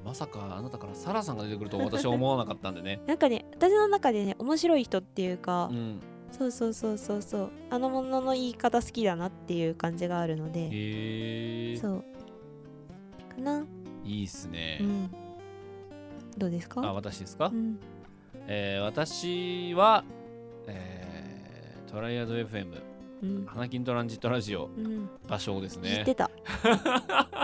A: まさかあなたからサラさんが出てくるとは私は思わなかったんで ね
B: なんかね私の中でね面白い人っていうか、
A: うん
B: そうそうそうそうそうあのものの言い方好きだなっていう感じがあるので、
A: へえ
B: そうかな、
A: いいっすね、
B: うんどうですか
A: あ私ですか、
B: うん
A: えー私は、えートライアド FM、
B: うん
A: 花金トランジットラジオ、
B: うん
A: 場所ですね
B: 知っ てた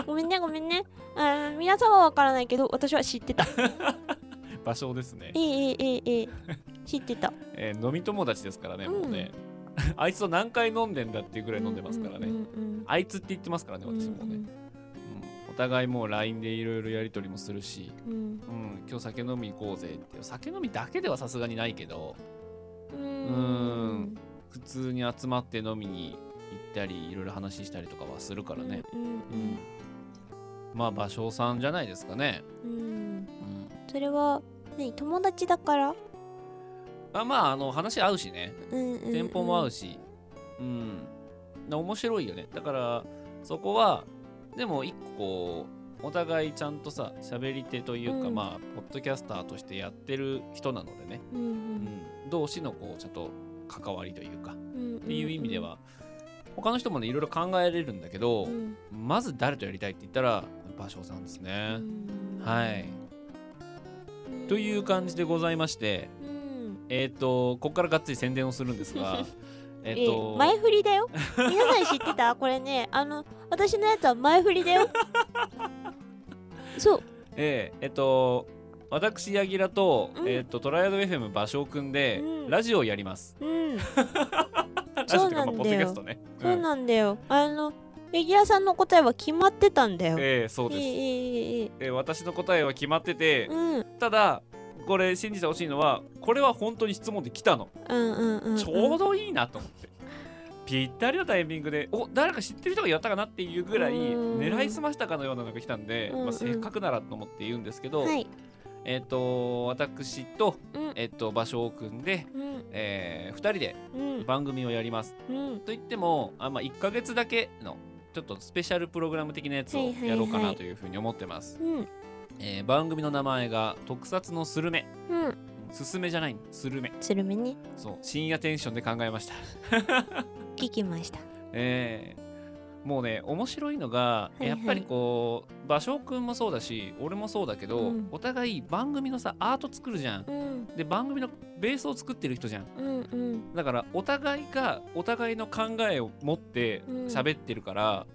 B: ごめんねごめんねあー皆さんは分からないけど私は知っ てた
A: 場所ですね
B: え、えええええ知ってた
A: えー飲み友達ですからね、
B: うん
A: もうね あいつと何回飲んでんだっていうぐらい飲んでますからね、
B: うん
A: あいつって言ってますからね私もね、うんお互いもう LINE でいろいろやり取りもするし、
B: うんうん
A: うん、今日酒飲み行こうぜって酒飲みだけではさすがにないけど
B: う
A: う
B: ー
A: ー
B: ん
A: ん普通に集まって飲みに行ったりいろいろ話したりとかはするからね、
B: うん
A: まあ芭蕉さんじゃないですかね
B: うんそれは何友達だから
A: あまああの話合うしね、
B: うんうんうん
A: テンポも合うしうんな面白いよねだからそこはでも一個こうお互いちゃんとさ喋り手というか、
B: うん
A: まあポッドキャスターとしてやってる人なのでね、
B: うんうん
A: 同士のこうちゃんと関わりというか
B: うん
A: っていう意味では他の人もねいろいろ考えれるんだけど、まず誰とやりたいって言ったら芭蕉さんですね、はいという感じでございまして、えっ、とここからがっつり宣伝をするんです がえっと、
B: え前振りだよ皆さん知ってた これねあの私のやつは前振りだよそう
A: えええっと私ヤギラと、えっとトライアド FM 芭蕉くんで、ラジオをやります。
B: うん
A: ラジ
B: そ
A: オ
B: う
A: というか
B: なん
A: まあポッド
B: だ
A: キャ
B: よ
A: ストね。
B: そうんなんだよあのレギュラーさんの答えは決まってたんだよ
A: ええそうです
B: ええええええ
A: えー私の答えは決まってて、
B: うん
A: ただこれ信じてほしいのはこれは本当に質問で来たの、
B: うんうんうんうん
A: ちょうどいいなと思ってぴったりのタイミングでお誰か知ってる人がやったかなっていうぐらい
R: うん
A: 狙いすましたかのようなのが来たんで、
R: うんう
A: まあ、
R: ん
A: せっかくならと思って言うんですけど、
R: はい
A: えっ、と私と,、
R: うん
A: えっと場所を組んで、
R: うん
A: え2人で
R: うん
A: 番組をやります、
B: うん
A: といってもあ、まあ、1ヶ月だけのちょっとスペシャルプログラム的なやつ
B: は
A: を
B: いはいはい
A: やろうかなというふうに思ってます。
B: うん
A: えー番組の名前が特撮のスルメ
B: うん
A: すすめじゃないスルメ
B: スルメね
A: そう深夜テンションで考えました
B: 聞きました
A: えーもうね面白いのが、
B: はいはい
A: やっぱりこう芭蕉くんもそうだし俺もそうだけど、
B: うん
A: お互い番組のさアート作るじゃん、
B: うん
A: で番組のベースを作ってる人じゃん
B: うんうん
A: だからお互いがお互いの考えを持って
B: うん
A: 喋ってるから、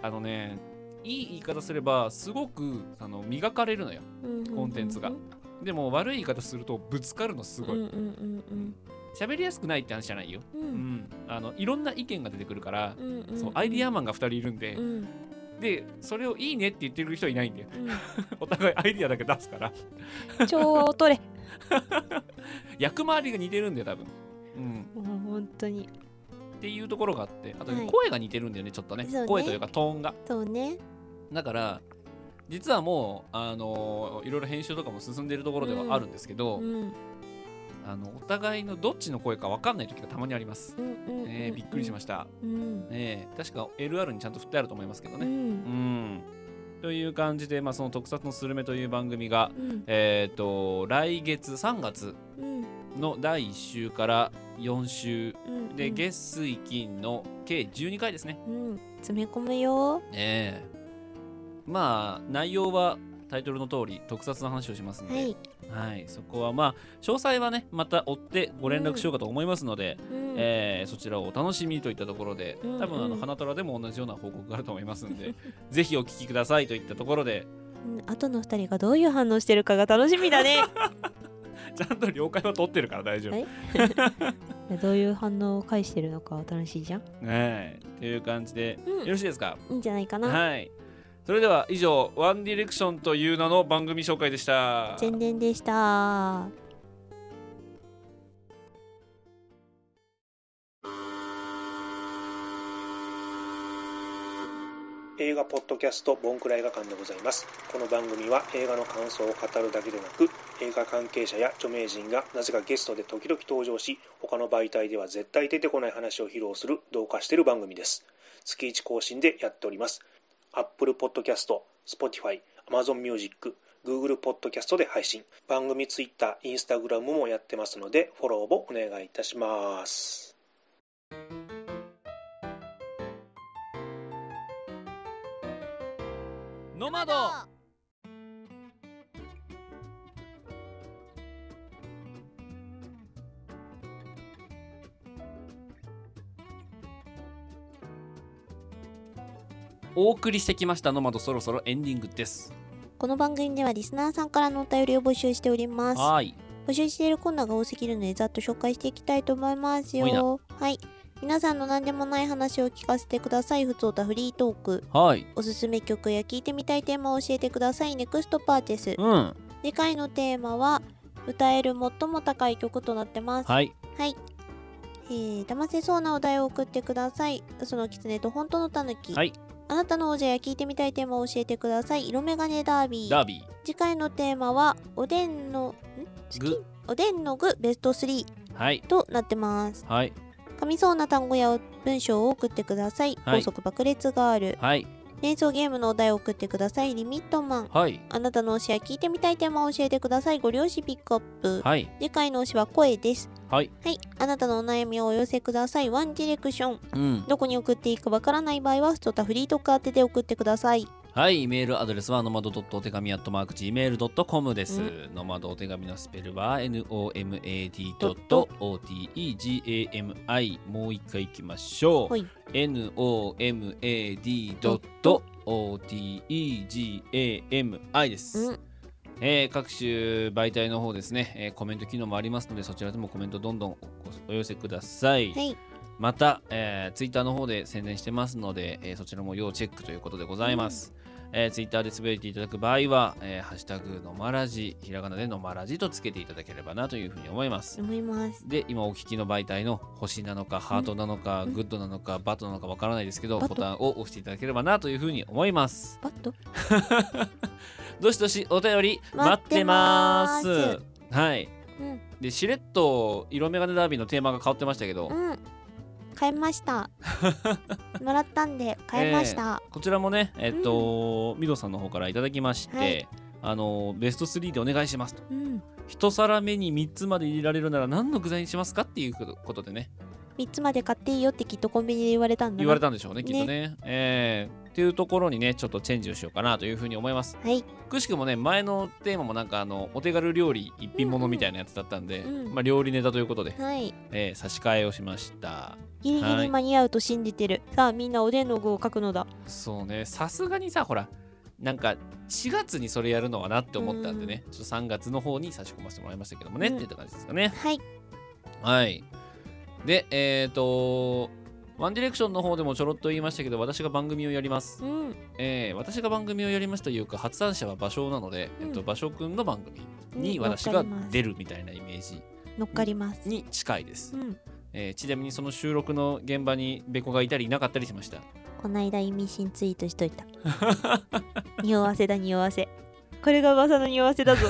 A: あのねいい言い方すればすごくあの磨かれるのよ、
B: うん
A: コンテンツが。でも悪い言い方するとぶつかるのすごい。
B: うんうんうんうん
A: 喋りやすくないって話じゃないよ、
B: うん
A: あのいろんな意見が出てくるから、
B: うんうん
A: そうアイディアマンが2人いるんで、
B: うん
A: でそれをいいねって言ってる人はいないんだよ、
B: うん
A: お互いアイディアだけ出すから
B: 超取れ
A: 役回りが似てるんだよ多分、うん、
B: もう本当に
A: っていうところがあってあとね
B: はい
A: 声が似てるんだよねちょっとね,、
B: そうね
A: 声というかトーンが
B: そうね
A: だから実はもうあのーいろいろ編集とかも進んでるところではあるんですけど、
B: うん
A: あのお互いのどっちの声か分かんない時がたまにあります、
B: うんうんうん
A: ねえびっくりしました、
B: うん
A: ねえ確か LR にちゃんと振ってあると思いますけどね、
B: うん
A: うんという感じで、まあ、その特撮のスルメという番組が、
B: うん
A: えっ、と来月3月
B: うん
A: の第1週から4週、
B: うんう
A: で
B: ん
A: 月水金の計12回ですね。
B: うん詰め込むよ
A: ええまあ内容はタイトルの通り特撮の話をしますので、
B: はい
A: はいそこはまあ詳細はねまた追ってご連絡しようかと思いますので、
B: うん
A: えーそちらをお楽しみといったところで、
B: うん
A: 多分あの
B: うん
A: 花虎でも同じような報告があると思いますんで ぜひお聞きくださいといったところで
B: うん後の二人がどういう反応してるかが楽しみだね
A: ちゃんと了解は取ってるから大丈夫。
B: えどういう反応を返してるのかは楽しいじゃん
A: ねえという感じで、
B: うん
A: よろしいですか
B: いいんじゃないかな、
A: はいそれでは以上「ワンディレクションという名の番組紹介でした。
B: 宣伝でした
U: 映画ポッドキャストボンクラ映画館でございますこの番組は映画の感想を語るだけでなく映画関係者や著名人がなぜかゲストで時々登場し他の媒体では絶対出てこない話を披露する同化している番組です月1更新でやっております Apple Podcast、Spotify、Amazon Music、Google Podcast で配信番組 Twitter、Instagram もやってますのでフォローをお願いいたします
A: ノマドお送りしてきましたノマドそろそろエンディングです。
B: この番組ではリスナーさんからのお便りを募集しております
A: はーい。
B: 募集しているコーナーが多すぎるのでざっと紹介していきたいと思います
A: 多いな
B: よはい皆さんの何でもない話を聞かせてくださいふつおたフリートーク
A: はい。
B: おすすめ曲や聴いてみたいテーマを教えてくださいネクストパーティス、
A: うん。
B: 次回のテーマは歌える最も高い曲となってます
A: はい、
B: はいえー騙せそうなお題を送ってください嘘の狐と本当の狸
A: はい
B: あなたのおじゃや聞いてみたいテーマを教えてください色眼鏡ダービー
A: ダービ
B: 次回のテーマはおでんの
A: ーグ
B: おでんの具ベスト3
A: はい
B: となってます
A: はい
B: 噛みそうな単語や文章を送ってください、
A: はい
B: 高速爆裂ガール
A: はい
B: 連想ゲームのお題を送ってくださいリミットマン
A: はい
B: あなたの推しや聞いてみたいテーマを教えてくださいご両親ピックアップ、
A: はい
B: 次回の推しは声です
A: はい
B: はいあなたのお悩みをお寄せくださいワンディレクション
A: うん
B: どこに送っていいかわからない場合はストタフリートーク宛てで送ってください
A: はい、メールアドレスはノマドドットお手紙アットマーク Gmail.com です。
B: うん
A: ノマドお手紙のスペルは nomad.otegami。もう一回いきましょう。
B: はい
A: nomad.otegami です。
B: うん
A: えー各種媒体の方ですね、えーコメント機能もありますのでそちらでもコメントどんどんおお寄せください。
B: はい
A: また、えー、ツイッターの方で宣伝してますので、えーそちらも要チェックということでございます。えー、ツイッターで滑れていただく場合は、えーハッシュタグのまらじ、ひらがなでのまらじとつけていただければなというふうに思います。
B: 思います
A: で、今お聞きの媒体の星なのか、ハートなのか、グッドなのか、バットなのかわからないですけど、ボタンを押していただければなというふうに思います。
B: バット
A: どしどしお便り
B: 待
A: 待
B: っ
A: ってて
B: ま
A: ますす。はい。
B: うん
A: で、しれっと色眼鏡ダービーのテーマが変わってましたけど、
B: うん買いました もらったんで買いました、
A: えーこちらもねえっ、と、ミドさんの方からいただきまして、
B: はい
A: あのベスト3でお願いしますと
B: うん
A: 一皿目に3つまで入れられるなら何の具材にしますかっていうことでね
B: 3つまで買っていいよってきっとコンビニで言われたんだな
A: 言われたんでしょうねきっとねえーっていうところにねちょっとチェンジをしようかなというふうに思います、
B: はい
A: くしくもね前のテーマもなんかあのお手軽料理一品物みたいなやつだったんで、
B: うんうん
A: まあ、料理ネタということで、
B: はい
A: えー差し替えをしました
B: ギリギ
A: はい
B: リ間に合うと信じてるさあみんなおでんの具を書くのだ
A: そうねさすがにさほらなんか4月にそれやるのはなって思ったんでね、ちょっと3月の方に差し込ませてもらいましたけどもね、
B: うん
A: っていった感じですかね
B: はい
A: はいでえっ、とワンディレクションの方でもちょろっと言いましたけど私が番組をやります、
B: うん
A: えー私が番組をやりますというか発案者は場所なので、
B: うん
A: えっと場所くんの番組に
B: うん
A: 私
B: わ
A: が
B: かります
A: 出るみたいなイメージ
B: 乗っかります
A: に近いです、
B: うん
A: えーちなみにその収録の現場にべこがいたりいなかったりしました
B: こないだ意味深ツイートしと いた匂わせだ匂わせこれが噂の匂わせだ ぞ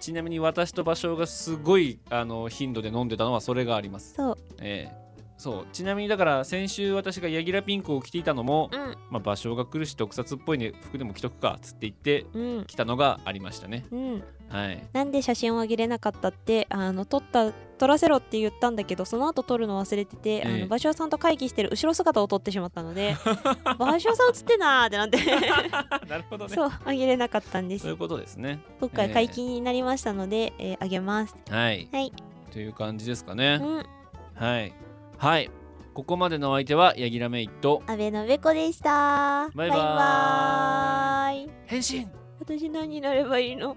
A: ちなみに私と芭蕉がすごいあの頻度で飲んでたのはそれがあります。
B: そう。
A: ええそうちなみにだから先週私がヤギラピンクを着ていたのも、
B: うん
A: まあ、芭蕉が来るし特撮っぽい、ね、服でも着とくかっつって言って
B: うん
A: 来たのがありましたね。
B: うん
A: はい。
B: なんで写真をあげれなかったってあの撮った撮らせろって言ったんだけどその後撮るの忘れてて、あ
A: ええ
B: の場所さんと会議してる後ろ姿を撮ってしまった ので場所さん映ってんなーってなって
A: なるほどね。
B: そうあげれなかったんです
A: そういうことですね。
B: 今回解禁になりましたので、えーあげます
A: ええはい。
B: はい
A: という感じですかね。
B: うん
A: はい。はい。ここまでのお相手はヤギラメイと
B: 安倍のべこでした
A: バイバーイ
B: バイバーイ
A: 変身
B: 私何になればいいの